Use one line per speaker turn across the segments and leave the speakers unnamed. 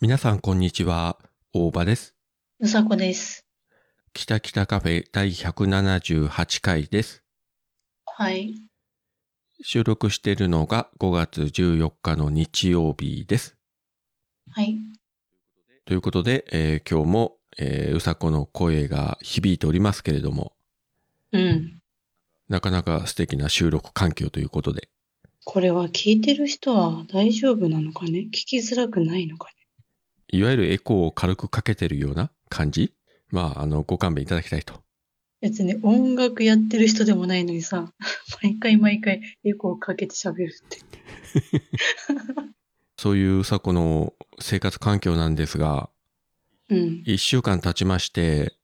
皆さん、こんにちは。大場です。
うさこです。
北北カフェ第178回です。
はい。
収録しているのが5月14日の日曜日です。
はい。
ということで、えー今日も、えーうさこの声が響いておりますけれども、
うん。
なかなか素敵な収録環境ということで、
これは聞いてる人は大丈夫なのかね聞きづらくないのか
いわゆるエコーを軽くかけてるような感じまあ、あの、ご勘弁いただきたいと。
ね別に音楽やってる人でもないのにさ、 毎回毎回エコーかけて喋るって。
そういううさこの生活環境なんですが、
うん。
1週間経ちまして、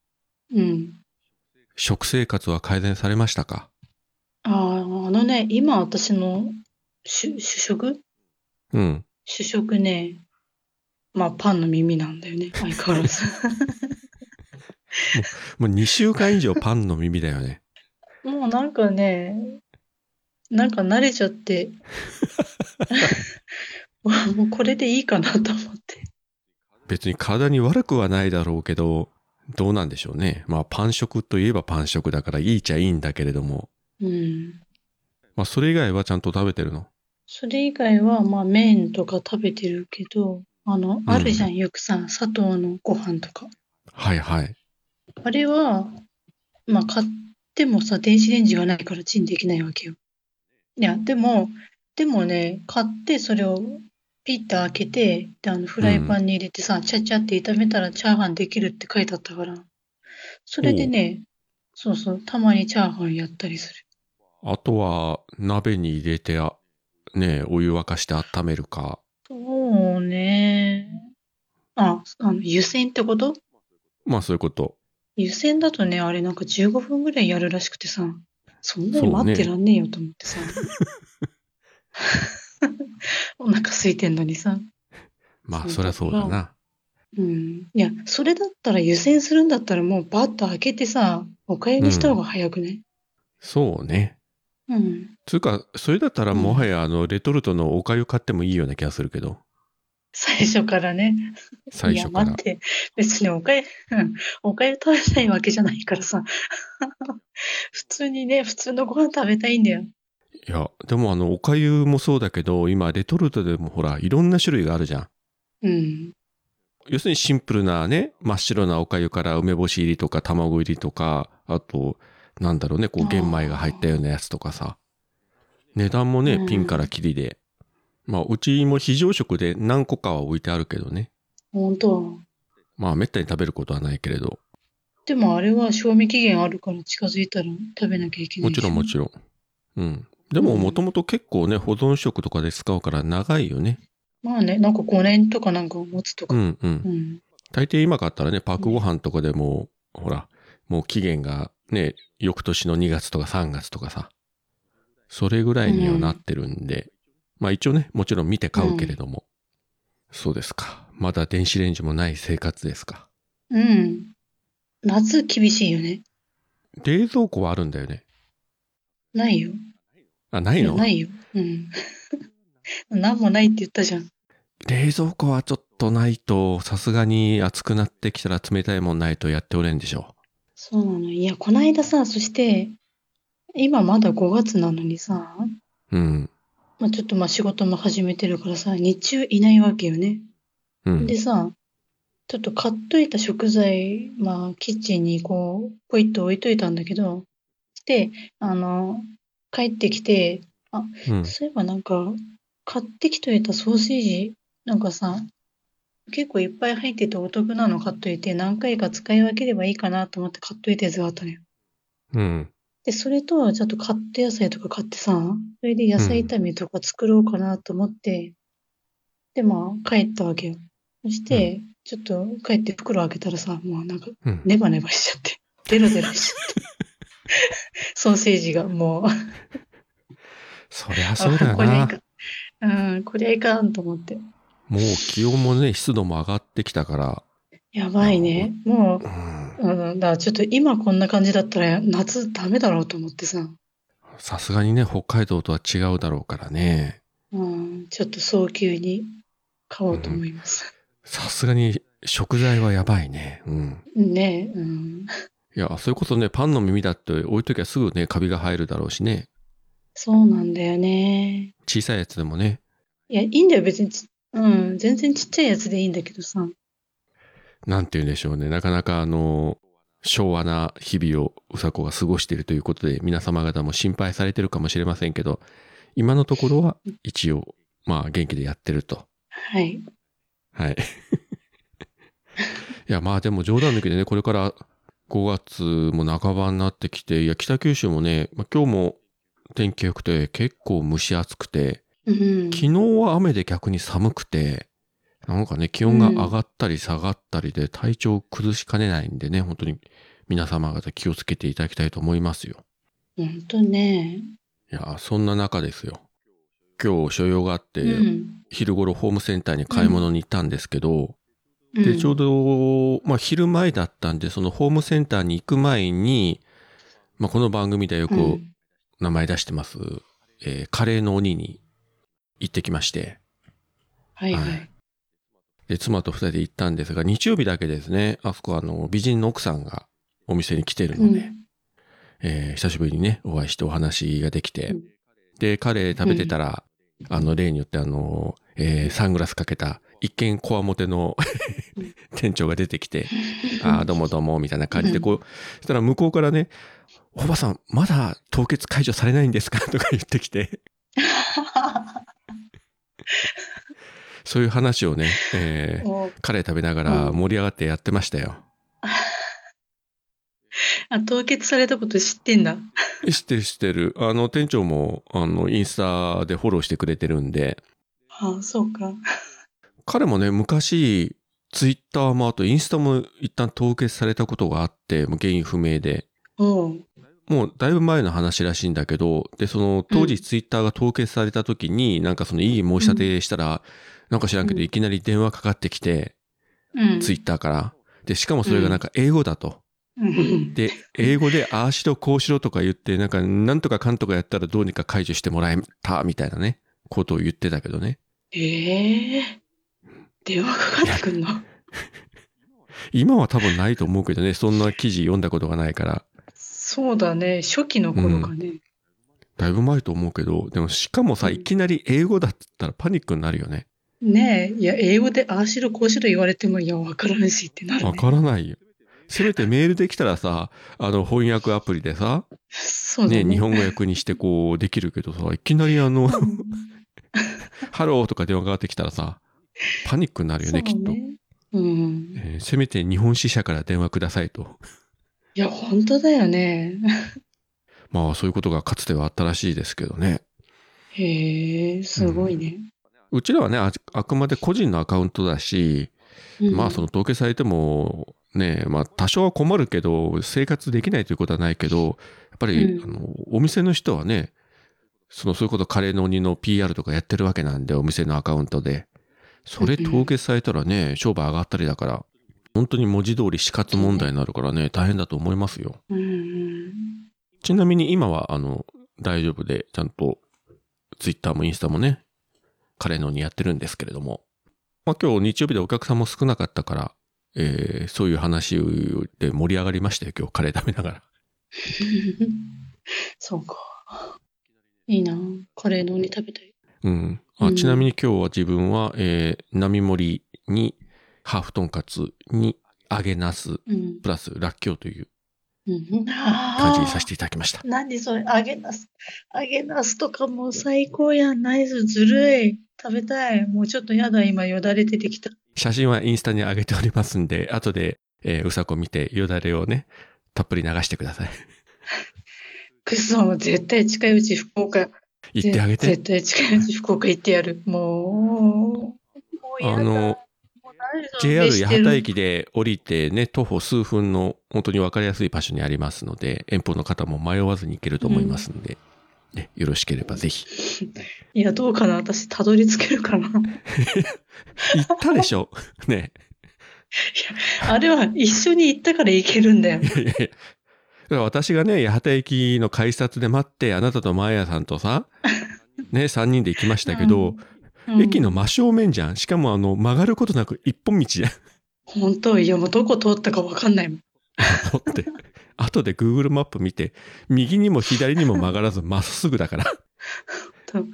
うん。
食生活は改善されましたか
ああ、あのね、今私の主主食
うん。
主食ね、まあパンの耳なんだよね。相変わらず。
もう2週間以上パンの耳だよね。
もうなんかね、なんか慣れちゃって、 もうもうこれでいいかなと思って。
別に体に悪くはないだろうけど、どうなんでしょうね。まあパン食といえばパン食だからいいちゃいいんだけれども。
うん。
まあそれ以外はちゃんと食べてるの。
それ以外は、まあ、麺とか食べてるけど、あの、あるじゃん、よくさ、砂糖のご飯とか。
はいはい。
あれは、まあ、買ってもさ、電子レンジがないからチンできないわけよ。いや、でも、でもね、買ってそれをピッと開けて、で、あの、フライパンに入れてさ、ちゃちゃって炒めたらチャーハンできるって書いてあったから。それでね、そうそう、たまにチャーハンやったりする。
あとは鍋に入れてあ、ねえお湯沸かして温めるか。
そうね。あ、あの、湯煎ってこと
まあそういうこと。
湯煎だとね、あれなんか15分ぐらいやるらしくてさ、そん
そ
なに
うね
待ってらんねえよと思っ てさ。お腹空いてんのにさ。
まあそり
そうだ
ゃそうだな。
うん。いや、それだったら湯煎するんだったらもうバッと開けてさ、おかゆにした方が早くね。
そうね。
うん。
つうか、それだったらもはやあの、レトルトのお粥買ってもいいような気がするけど。
最初からね。
最初か
いや、待
ら
っ。て。別におかゆ、うんおかゆ食べたいわけじゃないからさ。 普通にね、普通のご飯食べたいんだよ。
いや、でもあの、おかゆもそうだけど、今、レトルトでもほら、いろんな種類があるじゃん。
うん。
要するにシンプルなね、真っ白なおかゆから梅干し入りとか卵入りとか、あと、なんだろうね、こ
あ
う
ー
玄米が入ったようなやつとかさ。値段も
う
ね
ん、
ピンからキリで。まあ、うちも非常食で何個かは置いてあるけどね。
本当
まあ、めったに食べることはないけれど。
でもあれは賞味期限あるから近づいたら食べなきゃいけな
も
いで
ち
しょ
ろんもちろん。うん。でも、
うん
もともと結構ね、保存食とかで使うから長いよね。
まあね、なんか5年とかなんか持つと
う
か。
んうん
う。ん。
大抵今買ったらね、パックご飯とかでも、ほら、もう期限がね、翌年の2月とか3月とかさ、それぐらいにはなってるんで、まあ一応ね、もちろん見て買うけれども、そうですか。まだ電子レンジもない生活ですか。
うん。夏厳しいよね。
冷蔵庫はあるんだよね。
ないよ。
あ、ないの
ないよ。うん。 なんもないって言ったじゃん。
冷蔵庫はちょっとないと、さすがに暑くなってきたら冷たいもんないとやっておれんでしょ
そうなの。いや、こないださ、そして、今まだ5月なのにさ、
う。うん。
まあ、ちょっとまあ仕事も始めてるからさ、日中いないわけよね。
うん
で。さ、ちょっと買っといた食材、まあ、キッチンにこう、ポイッと置いといたんだけど、で、あの、帰ってきて、
うん、
そういえばなんか、買ってきといたソーセージ、なんかさ、結構いっぱい入っててお得なの買っといて、何回か使い分ければいいかなと思って買っといたやつがあったのよ。
うん。
で、それと、ちょっとカット野菜とか買ってさ、それで野菜炒めとか作ろうかなと思って、で、まあ、帰ったわけよ。そして、ちょっと帰って袋開けたらさ、もうなんか、
うん。
ネバネバしちゃって、デロデロしちゃって。ソーセージがもう、
そりゃそうだよ
こりゃい
な
か。ん。うん、こりゃいかんと思って。
もう気温もね、湿度も上がってきたから、
やばいね。もう、
うん
うん、だからちょっと今こんな感じだったら夏ダメだろうと思ってさ、
さすがにね、北海道とは違うだろうからね。
うん、ちょっと早急に買おうと思います。
さすがに食材はやばいね。うん。
ねえ、うん。
いや、それこそね、パンの耳だって置いときゃすぐね、カビが生えるだろうしね。
そうなんだよね。
小さいやつでもね。
いや、いいんだよ、別にち。うん、全然ちっちゃいやつでいいんだけどさ。
なんて言うんでしょうね。なかなかあの、昭和な日々をうさこが過ごしているということで、皆様方も心配されてるかもしれませんけど、今のところは一応、まあ元気でやってると。
はい。
はい。いや、まあでも冗談抜きでね、これから5月も半ばになってきて、いや、北九州もね、まあ、今日も天気良くて結構蒸し暑くて、
うん。
昨日は雨で逆に寒くて、なんかね、気温が上がったり下がったりで体調を崩しかねないんでね、本当に皆様方気をつけていただきたいと思いますよ。
ほんとね。
いや、そんな中ですよ。今日所用があって、
うん。
昼頃ホームセンターに買い物に行ったんですけど、
う
で、
ん
ちょうど、まあ、昼前だったんで、そのホームセンターに行く前に、まあ、この番組ではよ
う
く
ん
名前出してます、えーカレーの鬼に行ってきまして、
はいは
はい
い。
で、妻と二人で行ったんですが、日曜日だけですね、あそこはあの、美人の奥さんがお店に来てる
う
ので、
ん
えー久しぶりにね、お会いしてお話ができて
うん、
で、カレー食べてたら、あの、例によってあの、えーサングラスかけた、一見こわもての
うん
店長が出てきて、ああ、どうもどうも、みたいな感じで、こう、そしたら向こうからね、おばさん、まだ凍結解除されないんですか とか言ってきて、そういう話をね、えー
お
カレー食べながら盛り上がってやってましたよ。
あ、凍結されたこと知ってんだ。
知ってる知ってる。あの、店長も、あの、インスタでフォローしてくれてるんで、
ああ、そうか。
彼もね、昔、ツイッターもあとインスタも一旦凍結されたことがあって、もう原因不明で、
おう。
もうだいぶ前の話らしいんだけど、で、その当時ツイッターが凍結された時に、なんかその異議申し立てしたら、なんか知らんけど、
うん
いきなり電話かかってきて、
うん。
ツイッターから。で、しかもそれがなんか英語だと。
うん
で、英語でああしろこうしろとか言って、なんかなんとかかんとかやったらどうにか解除してもらえたみたいなね、ことを言ってたけどね。
ええ電話かかってくんの
今は多分ないと思うけどね、そんな記事読んだことがないから。
そうだね。初期の頃かね。
だいぶ前と思うけど、でもしかもさ、
うん
いきなり英語だったらパニックになるよね。
ねえ、いや、英語でああしろこうしろ言われても、いや、わからんしってなる
わ
ね。
からないよ。せめてメールできたらさ、あの翻訳アプリでさ、
そうだ
ね、
ね。
日本語訳にしてこうできるけどさ、いきなりあ の、ハローとか電話がかかってきたらさ、パニックになるよね、きっと、
と。うん。
えーせめて日本支社から電話くださいと。
いや、本当だよね。
まあそういうことがかつてはあったらしいですけどね。
へえ、すごいね。
うちらはね、ああくまで個人のアカウントだし、
うん
まあその凍結されてもねまあ多少は困るけど生活できないということはないけどやっぱり、
うん
あのお店の人はねそのそういうことカレーの鬼の PR とかやってるわけなんでお店のアカウントでそれ
うんうん
凍結されたらね商売上がったりだから本当に文字通り死活問題になるからね大変だと思いますよ
うんうん。
ちなみに今はあの大丈夫でちゃんとツイッターもインスタもねカレーの鬼やってるんですけれどもまあ、今日日曜日でお客さんも少なかったから、えーそういう話で盛り上がりましたよ、今日カレー食べながら。
そうか。いいな。カレーの鬼食べたい。
うん。あ
うん
ちなみに今日は自分は、えー、並盛りに、ハーフトンカツに、揚げナス、
うん。
プラス、らっきょうという
うん。感
感じにさせていただきました。
何それ揚げなす揚げなすとかもう最高やんナイスずるい食べたいもうちょっとやだ今よだれ出てきた
写真はインスタに上げておりますんで、後で、えーうさこ見て、よだれをね、たっぷり流してください。
クソもう絶対近いうち福岡
言ってあげて。
ぜ絶対近いうち福岡行ってやるもうもうやだ
あの、
もう何それ
JR
飯して
八
る
幡駅で降りてね、徒歩数分の本当に分かりやすい場所にありますので、遠方の方も迷わずに行けると思いますんで、ね、よろしければぜひ。
いやどうかな私たどり着けるかな
行ったでしょ ね。
あれは一緒に行ったから行けるんだよ
いやいやいやだから私がね、八幡駅の改札で待って、あなたとマーヤさんとさ、ね、3人で行きましたけど、
うん
駅の真正面じゃん。しかもあの、曲がることなく一本道じゃん。
本当いやもうどこ通ったかわかんないもん。
通って。後で Google マップ見て、右にも左にも曲がらず、まっすぐだから。
本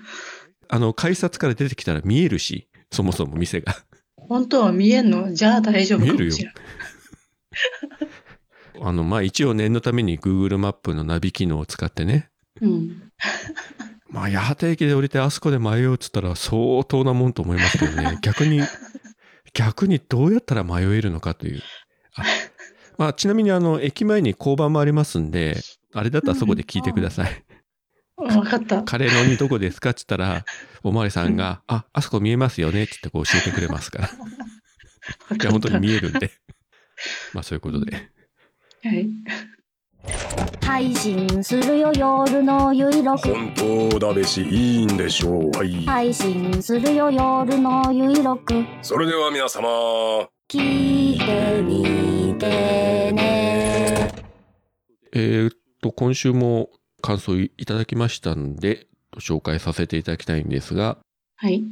あの、改札から出てきたら見えるし、そもそも店が。
当本当は見えんのじゃあ大丈夫かも
見え
し
る
れない。
あの、まあ、一応念のために Google マップのナビ機能を使ってね。
うん。
まあ、八幡駅で降りてあそこで迷うっつったら相当なもんと思いますけどね。逆に、逆にどうやったら迷えるのかという。あまあ、ちなみにあの、駅前に交番もありますんで、あれだったらそこで聞いてください。
わかった。
カレーの鬼どこですかって言ったら、おまわりさんが、あ、あそこ見えますよねって言ってこう教えてくれますから。
わ
い
か
や、
っ
本当
た。
に見えるんで。まあ、そういうことで。
はい。
配信するよ夜のゆいろく
本当だべしいいんでしょうはい
配信するよ夜のゆいろく
それでは皆様
聞いてみてね
えーっと、今週も感想いただきましたんで、ご紹介させていただきたいんですが、
はい。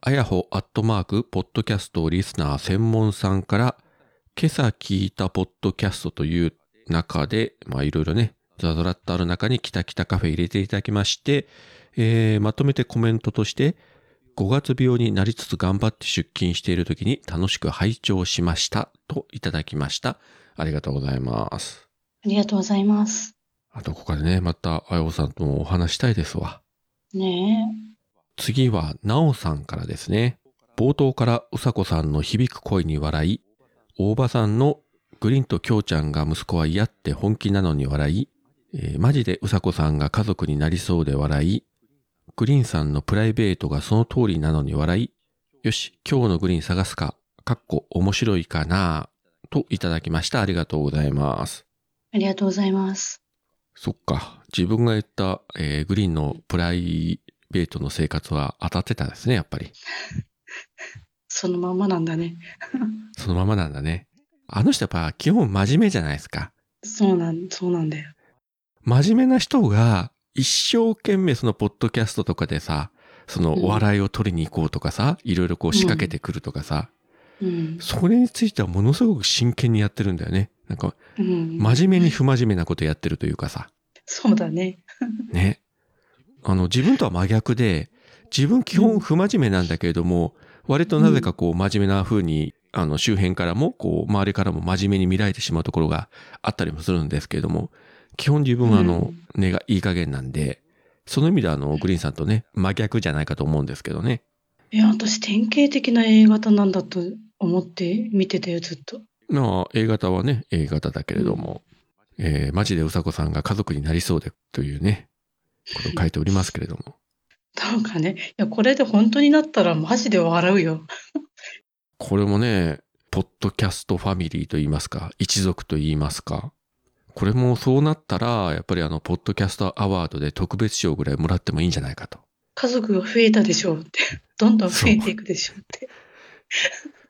あやほアットマーク、ポッドキャストリスナー専門さんから、今朝聞いたポッドキャストという中で、まあいろいろね、ザザラッとある中にキタキタカフェ入れていただきまして、えーまとめてコメントとして、5月病になりつつ頑張って出勤している時に楽しく拝聴しましたといただきました。ありがとうございます。
ありがとうございます。
あとここでね、またあやほさんともお話したいですわ。
ね
次は、なおさんからですね。冒頭からうさこさんの響く声に笑い、大場さんのグリンときょうちゃんが息子は嫌って本気なのに笑い、えーマジでうさこさんが家族になりそうで笑い、グリンさんのプライベートがその通りなのに笑い、よし、今日のグリーン探すか、かっこ面白いかなといただきました。ありがとうございます。
え。ありがとうございます。
そっか。自分が言った、えーグリーンのプライベートの生活は当たってたんですね、やっぱり。
そのまんまなんだね。
そのままなんだね。あの人やっぱ基本真面目じゃないですか。
そうなん、そうなんだよ。
真面目な人が一生懸命そのポッドキャストとかでさ、その
うん
お笑いを取りに行こうとかさ、いろいろこう仕掛けてくるとかさ、
うん。
それについてはものすごく真剣にやってるんだよね。なんか
うん。
真面目に不真面目なことやってるというかさ、
そうだね。
ね。あの自分とは真逆で、自分基本不真面目なんだけれども、割となぜかこう真面目な風に、あの周辺からも、こう周りからも真面目に見られてしまうところがあったりもするんですけれども、基本自分はあの、根がいい加減なんで、その意味ではあの、グリーンさんとね、真逆じゃないかと思うんですけどね。
いや、私典型的な A 型なんだと思って見てたよ、ずっと。
まあ、A 型はね、A 型だけれども、えー、マジでうさこさんが家族になりそうで、というね、ことを書いておりますけれども。
なんかね、いや、これで本当になったらマジで笑うよ。
これもね、ポッドキャストファミリーと言いますか、一族と言いますか。これもそうなったら、やっぱりあの、ポッドキャストアワードで特別賞ぐらいもらってもいいんじゃないかと。
家族が増えたでしょうって。 どんどん増えていくでしょうって。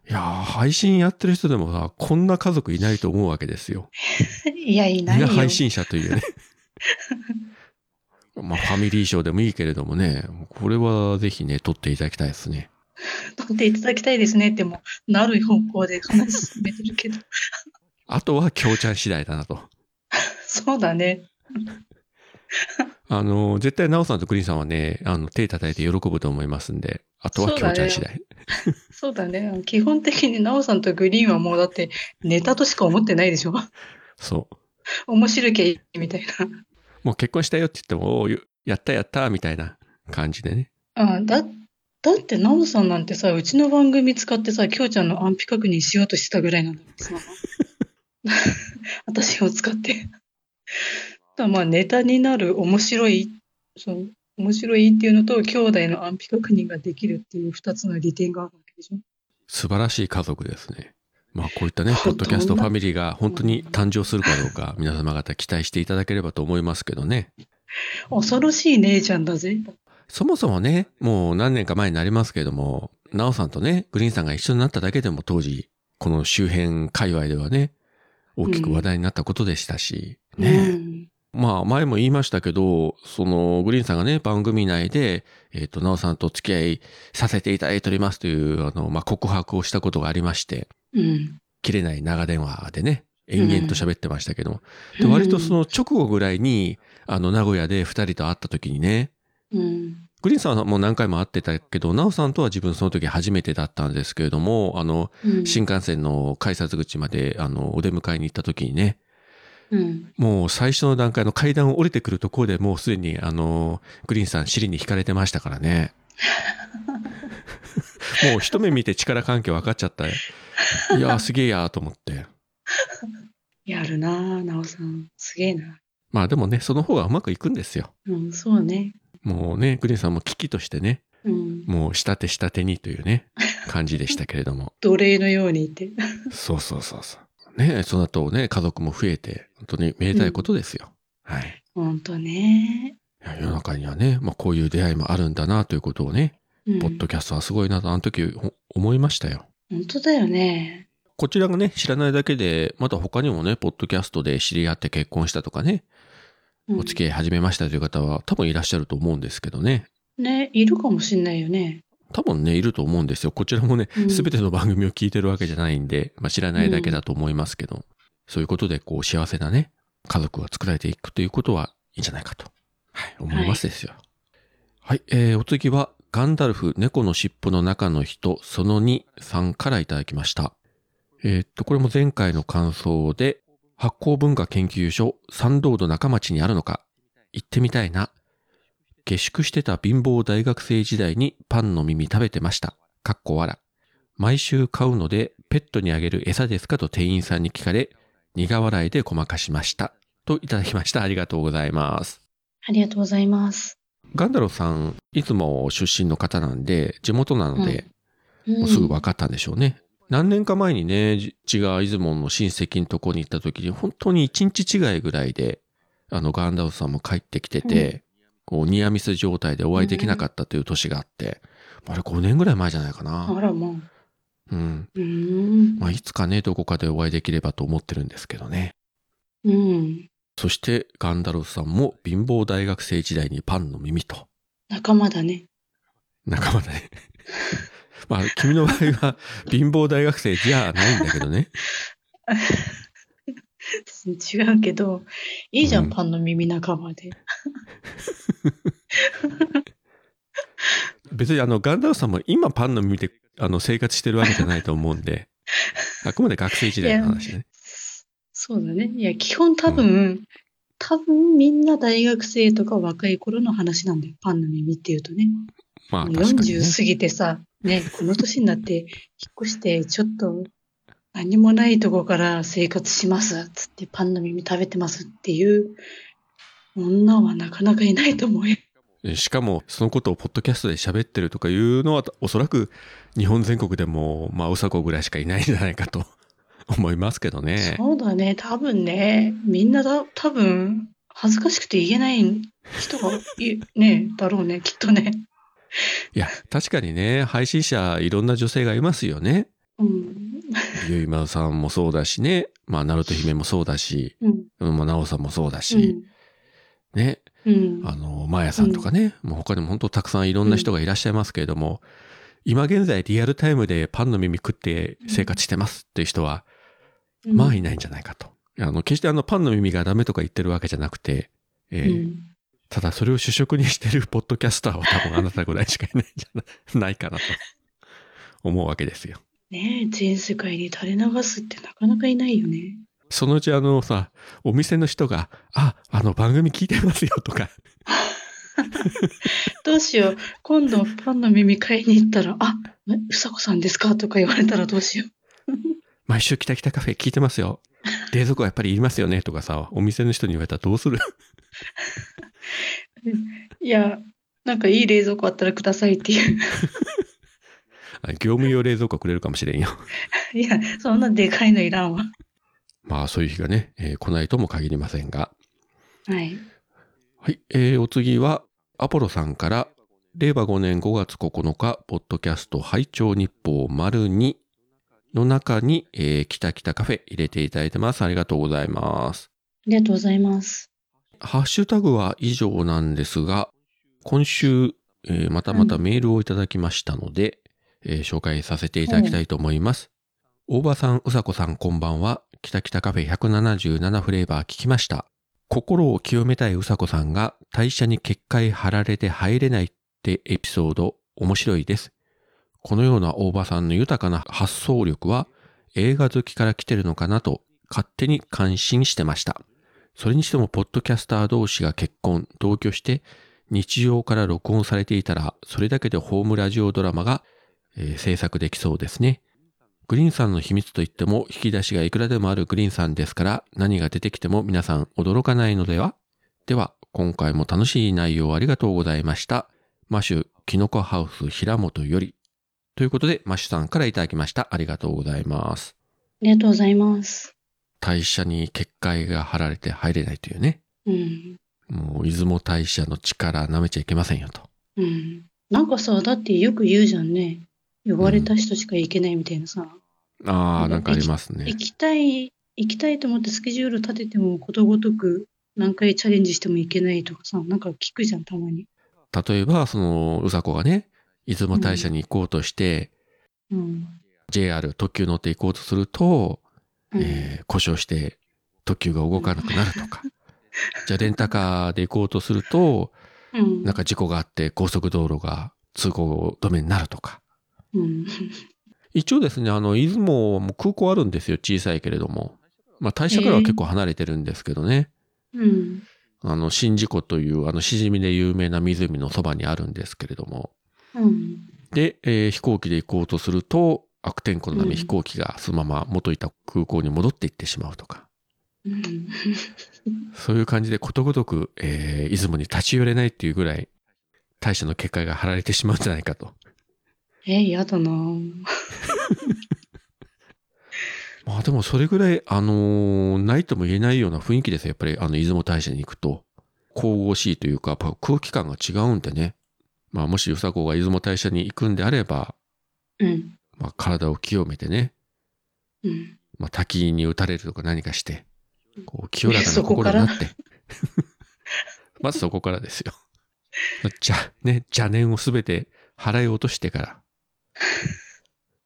いやー、配信やってる人でもさ、こんな家族いないと思うわけですよ。
いや、い
み
なんい
な
よ。
配信者という ね。まあ、ファミリー賞でもいいけれどもね、これはぜひね、取っていただきたいですね。
撮っていただきたいですねってもう、なる方向で話進めてるけど。
あとは、京ちゃん次第だなと。
そうだね。
あの、絶対、なおさんとクリンさんはね、あの、手叩いて喜ぶと思いますんで、あとは京ちゃん次第。
そうだね。基本的にナオさんとグリーンはもうだってネタとしか思ってないでしょ。
そう。
面白いけいみたい
もう結婚したよって言っても、おーやったやった、みたいな感じでね。
な。あだだってナオさんなんてさ、うちの番組使ってさ、きょうちゃんの安否確認しようとしてたぐらいな んだよスマホ 私を使って。だからまあネタになる面白い、そう、面白いっていうのと、兄弟の安否確認ができるっていう二つの利点があるわけでしょ。
素晴らしい家族ですね。まあこういったね、ポ
そ
ッ
う
ドキャスト
どん
フ
な
ァミリーが本当に誕生するかどうか、皆様方期待していただければと思いますけどね。
恐ろしい姉ちゃんだぜ。
そもそもね、もう何年か前になりますけれども、なおさんとね、グリーンさんが一緒になっただけでも当時、この周辺界隈ではね、大きく話題になったことでしたし、ねえ
うん
まあ前も言いましたけど、そのグリーンさんがね、番組内で、えっ、と、なおさんと付き合いさせていただいておりますという、あの、まあ告白をしたことがありまして、
うん。
切れない長電話でね、延々と喋ってましたけども、で
うん
割とその直後ぐらいに、あの、名古屋で二人と会った時にね、
うん。
グリーンさんはもう何回も会ってたけど、なおさんとは自分その時初めてだったんですけれども、あの、
うん。
新幹線の改札口まで、あの、お出迎えに行った時にね、
うん。
もう最初の段階の階段を降りてくるところでもうすでにあのグリーンさん尻に引かれてましたからねもう一目見て力関係分かっちゃったいやーすげえやーと思って
やるなあ、なおさん。すげえな。
まあでもねその方がうまくいくんですよ
うん、そうね。
もうねグリーンさんも危機としてね
うん。
もう下手下手にというね感じでしたけれども
奴隷のようにいて。
そうそうそうそうねその後ね家族も増えて本当にめでたいことですよ、はい
ほんとね。
いや世の中にはね、まあ、こういう出会いもあるんだなということをね
うん、
ポッドキャストはすごいなとあの時ほ思いましたよ。
本当だよね。
こちらがね、知らないだけで、また他にもね、ポッドキャストで知り合って結婚したとかね、
うん
お付き合い始めましたという方は多分いらっしゃると思うんですけどね。
ね、いるかもしんないよね。
多分ね、いると思うんですよ。こちらもね、
うん
すべての番組を聞いてるわけじゃないんで、まあ、知らないだけだと思いますけど、そういうことで、こう、幸せなね、家族が作られていくということはいいんじゃないかと、はい、思いますですよ。はい、えー、お次は、ガンダルフ、猫の尻尾の中の人、その2さんからいただきました。えーっと、これも前回の感想で、発酵文化研究所、三道の中町にあるのか、行ってみたいな。下宿してた貧乏大学生時代にパンの耳食べてました。かっこわら。毎週買うので、ペットにあげる餌ですかと店員さんに聞かれ、苦笑いでごまかしました。といただきました。あり がとうございます。
ありがとうございます。
ガンダロさん、いつも出身の方なんで、地元なので、
うん
もうすぐ分かったんでしょうね。何年か前にね、じ違う出雲の親戚のとこに行った時に、本当に1日違いぐらいで、あの、ガンダウスさんも帰ってきてて、こう、ニアミス状態でお会いできなかったという年があって、あれ5年ぐらい前じゃないか
あ
な。
ら、まあ。
うん。
うーん。
まあ、いつかね、どこかでお会いできればと思ってるんですけどね。
うん。
そして、ガンダルフさんも貧乏大学生時代にパンの耳と。
仲間だね。
仲間だね。 まあ、君の場合は貧乏大学生じゃないんだけどね。
違うけど、いいじゃん、
うん
パンの耳仲間で。
別にあのガンダルフさんも今パンの耳であの生活してるわけじゃないと思うんで、あくまで学生時代の話ね。
そうだね。いや、基本多分、多分みんな大学生とか若い頃の話なんだよ。パンの耳っていうとね。
まあ
もう
確かに、ね。
40過ぎてさ、ね、この年になって引っ越して、ちょっと何もないとこから生活します、つってパンの耳食べてますっていう女はなかなかいないと思うよ。
しかもそのことをポッドキャストで喋ってるとかいうのはおそらく日本全国でもまあうさこぐらいしかいないんじゃないかと 思いますけどね。
そうだね、多分ね、みんなだ、多分恥ずかしくて言えない人がい、 ね、だろうね、きっとね。
いや確かにね配信者いろんな女性がいますよね。
うん。
ゆいまるさんもそうだしね、まあナルト姫もそうだし、
うん。
うんまあ、なおさんもそうだ
う
し、
ん。
ね
うん
あの、マヤさんとかね、もう他にも本当たくさんいろんな人がいらっしゃいますけれども、今現在リアルタイムでパンの耳食って生活してますっていう人は、
うん
まあいないんじゃないかと。あの、決してあのパンの耳がダメとか言ってるわけじゃなくて、えー
うん
ただそれを主食にしてるポッドキャスターは多分あなたぐらいしかいないんじゃなないかなと思うわけですよ。
ねえ、全世界に垂れ流すってなかなかいないよね。
そのうちあのさ、お店の人が、あ、あの番組聞いてますよとか、
どうしよう。今度パンの耳買いに行ったら、あ、うさこさんですかとか言われたらどうしよ
毎週キタキタカフェ聞いてますよ。冷蔵庫はやっぱりいりますよねとかさ、お店の人に言われたらどうする
う。いや、なんかいい冷蔵庫あったらくださいっていう。
あ業務用冷蔵庫くれるかもしれんよ。
いや、そんなでかいのいらんわ。
まあそういう日がね、えー来ないとも限りませんが。
はい。
はい、えーお次は、アポロさんから、令和5年5月9日、ポッドキャスト、拝聴日報丸2の中に、えー、キタキタカフェ入れていただいてます。ありがとうございます。
ありがとうございます。
ハッシュタグは以上なんですが、今週、えーまたまたメールをいただきましたので、えー紹介させていただきたいと思います。大場さん、うさこさん、こんばんは。きたきたカフェ177フレーバー聞きました。心を清めたいうさこさんが代謝に結界張られて入れないってエピソード面白いです。このような大場さんの豊かな発想力は映画好きから来てるのかなと勝手に感心してました。それにしてもポッドキャスター同士が結婚、同居して日常から録音されていたらそれだけでホームラジオドラマが、えー制作できそうですね。グリーンさんの秘密といっても引き出しがいくらでもあるグリーンさんですから何が出てきても皆さん驚かないのではでは今回も楽しい内容ありがとうございました。マシュキノコハウス平本よりということでマシュさんからいただきました。ありがとうございます。
りがとうございます。
代謝に結界が張られて入れないというね。
うん。
もう出雲大社の力舐めちゃいけませんよと。
うん。なんかさ、だってよく言うじゃんね。呼ばれた人しか行けないみたいなさ。
ああ、なんかありますね
行。きたい、行きたいと思ってスケジュール立ててもことごとく何回チャレンジしてもいけないとかさ、なんか聞くじゃん、たまに。
例えば、その、うさこがね、出雲大社に行こうとして、
うん。
JR 特急乗って行こうとすると、
うん
えー故障して特急が動かなくなると か。じゃあレンタカーで行こうとすると、
うん
なんか事故があって高速道路が通行止めになるとか。
うん。
一応ですね、あの、出雲はもう空港あるんですよ。小さいけれども。まあ、大社からは結構離れてるんですけどね。
うん。
あの、宍道湖という、あの、しじみで有名な湖のそばにあるんですけれども。
うん。
で、えー飛行機で行こうとすると、悪天候のた
う
め
ん
飛行機がそのまま元いた空港に戻っていってしまうとか。
うん。
そういう感じでことごとく、えー出雲に立ち寄れないっていうぐらい、大社の結界が張られてしまうんじゃないかと。
え、嫌だなぁ
まあでもそれぐらい、あのーないとも言えないような雰囲気ですよやっぱり、あの、出雲大社に行くと。神々しいというか、やっぱ空気感が違うんでね。まあもし、うさこが出雲大社に行くんであれば、
うん。
まあ体を清めてね、
うん。
まあ滝に打たれるとか何かして、こう、清らかな
そこ
心
か
に
ら
なって。 まずそこからですよ。じゃ、ね、邪念をすべて払い落としてから。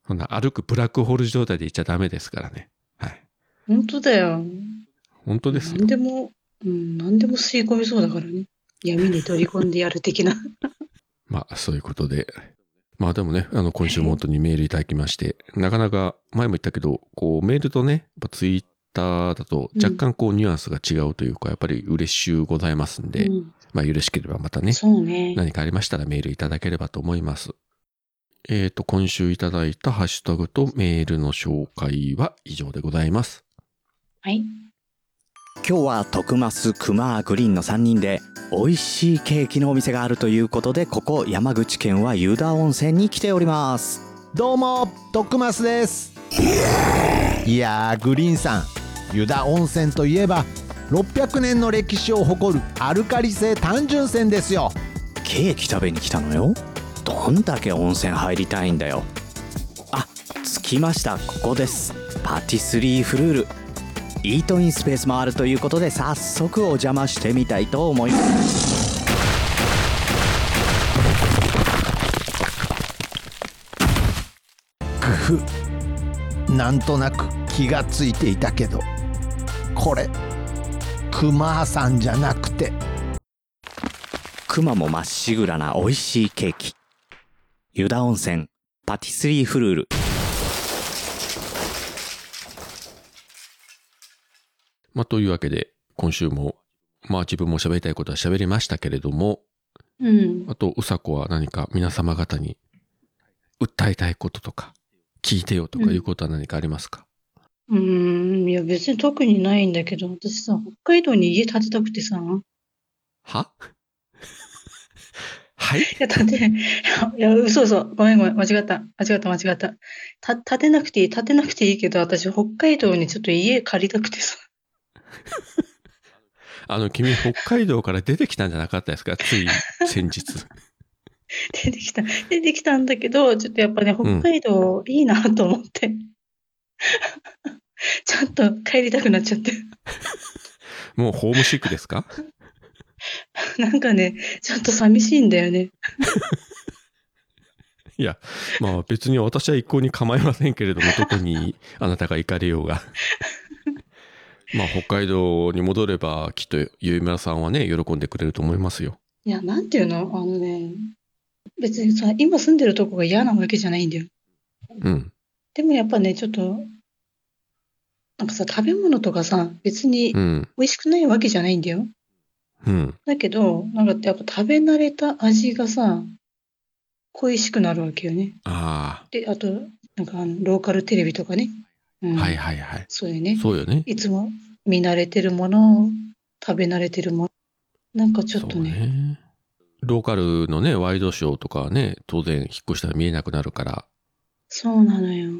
そんな歩くブラックホール状態で行っちゃダメですからね。はい。
本当だよ。
本当ですよ
何でも、うん、何でも吸い込みそうだからね。闇に取り込んでやる的な。
まあ、そういうことで。まあでもね、あの、今週も本当にメールいただきまして、なかなか、前も言ったけど、こう、メールとね、やっぱツイッターだと
うん
若干こう、ニュアンスが違うというか、やっぱり嬉しゅうございますんで、
うん
まあ、よろしければまたね、
そうね。
何かありましたらメールいただければと思います。えっ、と、今週いただいたハッシュタグとメールの紹介は以上でございます。
はい。
今日は徳増クマグリーンの3人で美味しいケーキのお店があるということでここ山口県は湯田温泉に来ております
どうもトックマスですいやーグリーンさん湯田温泉といえば600年の歴史を誇るアルカリ性単純泉ですよ
ケーキ食べに来たのよどんだけ温泉入りたいんだよあ着きましたここですパティスリーフルールイートインスペースもあるということで早速お邪魔してみたいと思います
工夫なんとなく気がついていたけどこれクマさんじゃなくて
クマもまっしぐらな美味しいケーキ湯田温泉パティスリーフルール
まあ、というわけで、今週も、まあ自分も喋りたいことは喋りましたけれども、
うん。
あと、うさこは何か皆様方に訴えたいこととか、聞いてよとかいうことは何かありますか、
うーん、いや別に特にないんだけど、私さ、北海道に家建てたくてさ、い
は はい
や建て、 いや、嘘嘘、ごめんごめん、間違った、間違った、間違った。た、建てなくていい、建てなくていいけど、私北海道にちょっと家借りたくてさ、
あの、君、北海道から出てきたんじゃなかったですかつい先日。
出てきた、出てきたんだけど、ちょっとやっぱね、北海道いいなと思って、 ちょっと帰りたくなっちゃって。
もうホームシックですか
なんかね、ちょっと寂しいんだよね。
いや、まあ別に私は一向に構いませんけれども、どこにあなたが行かれよう が。まあ北海道に戻れば、きっとゆいむらさんはね、喜んでくれると思いますよ。
いや、なんていうのあのね、別にさ、今住んでるとこが嫌なわけじゃないんだよ。
うん。
でもやっぱね、ちょっと、なんかさ、食べ物とかさ、別に
うん。
美味しくないわけじゃないんだよ。
うん。
だけど、なんかやっぱ食べ慣れた味がさ、恋しくなるわけよね。
あ
で、あと、なんかあのローカルテレビとかね。うん、
あ。はいはいはい。
そうよね。
そうよね。
いつも見慣れてるものを食べ慣れてるもの。なんかちょっと
そう
ね。
ね。ローカルのね、ワイドショーとかはね、当然引っ越したら見えなくなるから。
そうなのよ。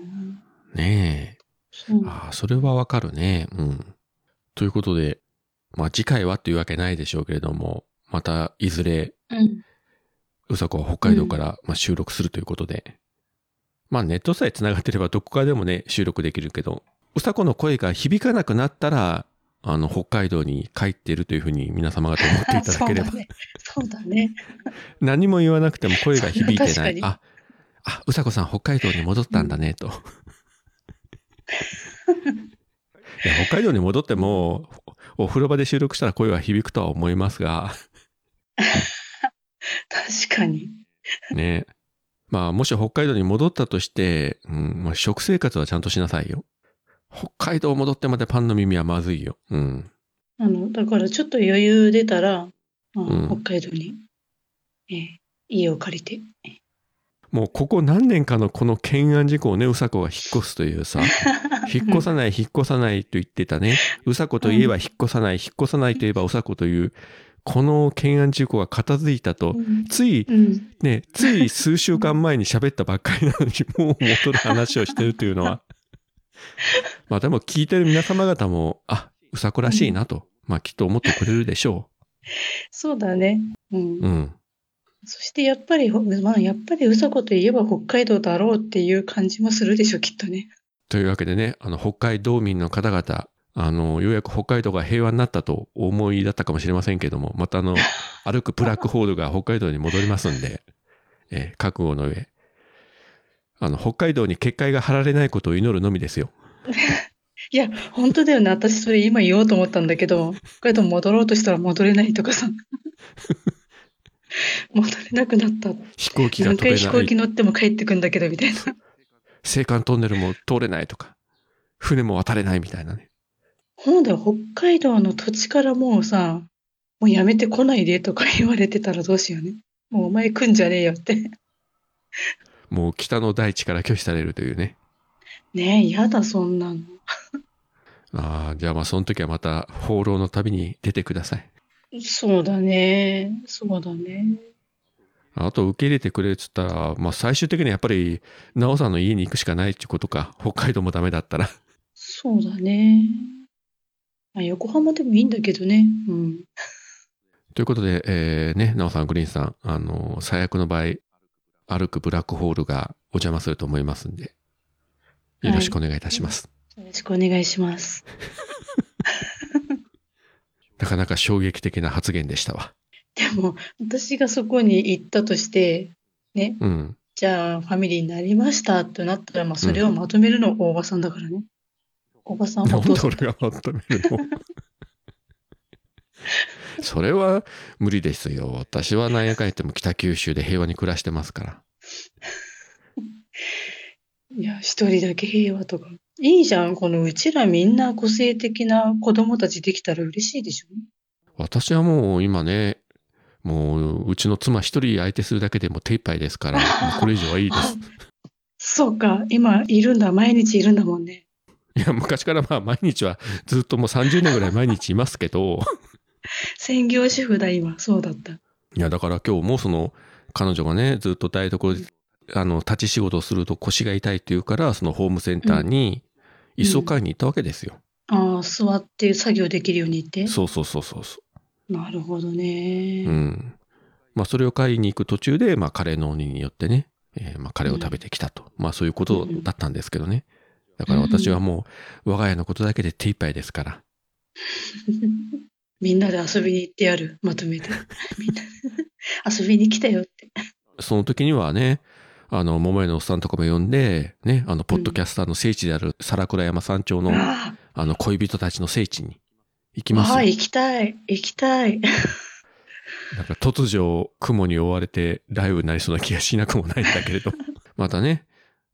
ね
そう
え。ああ、それはわかるね。うん。ということで、まあ次回はというわけないでしょうけれども、またいずれ
うん。
うさこは北海道から、まあ、収録するということで。まあネットさえ繋がってればどこからでもね、収録できるけど、うさこの声が響かなくなったら、あの、北海道に帰っているというふうに皆様方思っていただければ
そうだ、ね。そうだね。
何も言わなくても声が響いて
確
な
か
い。
に
あ、あ、うさこさん北海道に戻ったんだ ね、と。いや北海道に戻ってもおお風呂場で収録したら声は響くとは思いますが
確かに。
ね。まあ、もし北海道に戻ったとして、うん、まあ食生活はちゃんとしなさいよ。北海道戻ってまでパンの耳はまずいよ。うん。
あの、だからちょっと余裕出たら、あ
うん
北海道に、えー家を借りて。
もうここ何年かのこの懸案事項をね、うさこが引っ越すというさ、引っ越さない、引っ越さないと言ってたね。うさこといえば引っ越さない、引っ越さないといえばうさこという、この懸案事項が片付いたと、
うん
つい
うん。
ね、つい数週間前に喋ったばっかりなのに、もう戻る話をしてるというのは。まあでも聞いてる皆様方も、あ、うさこらしいなと、まあきっと思ってくれるでしょ
そうだね。うん
う。うん。
そしてやっぱり、ほまあ、やっぱりうさこといえば北海道だろうっていう感じもするでしょ、きっとね。
というわけでね、あの、北海道民の方々、あの、ようやく北海道が平和になったとお思いだったかもしれませんけども、またあの、歩くブラックホールが北海道に戻りますんで、えー覚悟の上、あの、北海道に結界が張られないことを祈るのみですよ。
いや、本当だよね。私それ今言おうと思ったんだけど、北海道戻ろうとしたら戻れないとかさ。戻れなくなった。
飛行機が
何
飛べな
回
い。
飛行機乗っても帰ってくんだけど、みたいな。
青函トンネルも通れないとか、船も渡れないみたいなね。
ほんだよ北海道の土地からもうさ、もうやめてこないでとか言われてたらどうしようね。もうお前来んじゃねえよって。
もう北の大地から拒否されるというね。
ねえ、やだ、そんなの。
ああ、じゃあまあその時はまた放浪の旅に出てください。
そうだね。そうだね。
あと受け入れてくれるっつったら、まあ最終的にはやっぱり、なおさんの家に行くしかないってことか。北海道もダメだったら。
そうだね。まあ、横浜でもいいんだけどね。うん。
ということで、えー、ね、なおさん、グリーンさん、あの、最悪の場合、歩くブラックホールがお邪魔すると思いますんで、よろしくお願いいたします。
よろしくお願いします。
なかなか衝撃的な発言でしたわ。
でも、私がそこに行ったとして、ね、
うん。
じゃあファミリーになりましたとなったら、まあ、それをまとめるの大場さんだからね。おばさん、
な
お
んで
父さん
俺。がまとめるの それは無理ですよ。私は何やかんやっても北九州で平和に暮らしてますから。
いや、一人だけ平和とか。いいじゃん。このうちらみんな個性的な子供たちできたら嬉しいでしょ。
私はもう今ね、もううちの妻一人相手するだけでも手一杯ですから、もうこれ以上はいいです。
そうか。今いるんだ。毎日いるんだもんね。
いや、昔からまあ毎日はずっともう30年ぐらい毎日いますけど、
専業主婦だ、今。そうだった。
いや、だから今日もその彼女がね、ずっと台所で、あの、立ち仕事をすると腰が痛いっていうから、そのホームセンターに椅子を買いに行ったわけですよ。
ああ、座って作業できるようにって。
そうそうそうそうそう。
なるほどね。
うん。まあ、それを買いに行く途中で、まあ、カレーの鬼によってね、えーまあ、カレーを食べてきたと。まあ、そういうことだったんですけどね。だから私はもう、我が家のことだけで手一杯ですから。
みんなで遊びに行ってやる、まとめて。みんなで 遊びに来たよって。
その時にはね、あの、桃屋のおっさんとかも呼んで、ね、あの、ポッドキャスターの聖地である皿倉山山頂の、あ
あ
の、恋人たちの聖地に行き
あ、
ますよ。
はい、行きたい、行きたい。
なんか突如、雲に覆われてライブになりそうな気がしなくもないんだけれど。またね、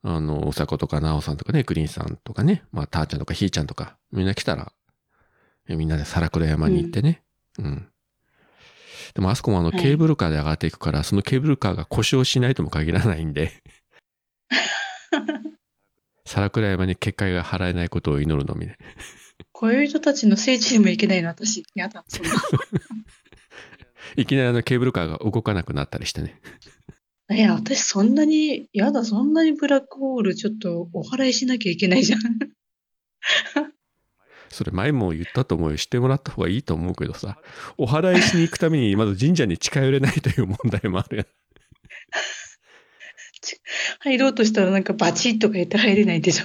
あの、おさことかなおさんとかね、グリーンさんとかね、まあ、たーちゃんとかひーちゃんとか、みんな来たら、えみんなで皿倉山に行ってね。うん。でも、あそこもあの、
はい
ケーブルカーで上がっていくから、そのケーブルカーが故障しないとも限らないんで、皿倉山に結界が払えないことを祈るのみね。
恋人たちの聖地にも行けないの、私。やだ、そんな。
いきなりあの、ケーブルカーが動かなくなったりしてね。
いや、私そんなに、やだ、そんなにブラックホールちょっとお祓いしなきゃいけないじゃん。
それ前も言ったと思うよ。してもらった方がいいと思うけどさ。お祓いしに行くために、まず神社に近寄れないという問題もあるよ。
入ろうとしたらなんかバチッとか言って入れないでしょ。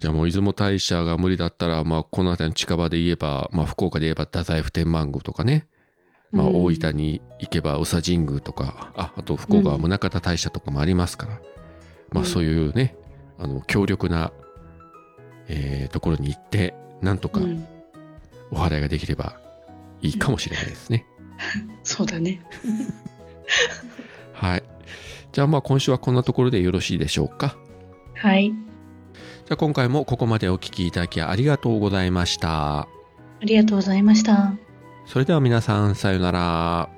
じゃあもう出雲大社が無理だったら、まあこの辺りの近場で言えば、まあ福岡で言えば太宰府天満宮とかね。まあ
うん
大分に行けば宇佐神宮とか、あ、あと福岡は宗像大社とかもありますから。まあそういうね、あの、強力な、えーところに行って、なんとか
うん、
お祓いができればいいかもしれないですね。
そうだね。
はい。じゃあまあ今週はこんなところでよろしいでしょうか。
はい。
じゃあ今回もここまでお聞きいただきありがとうございました。
ありがとうございました。
それでは皆さんさようなら。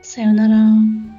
さようなら。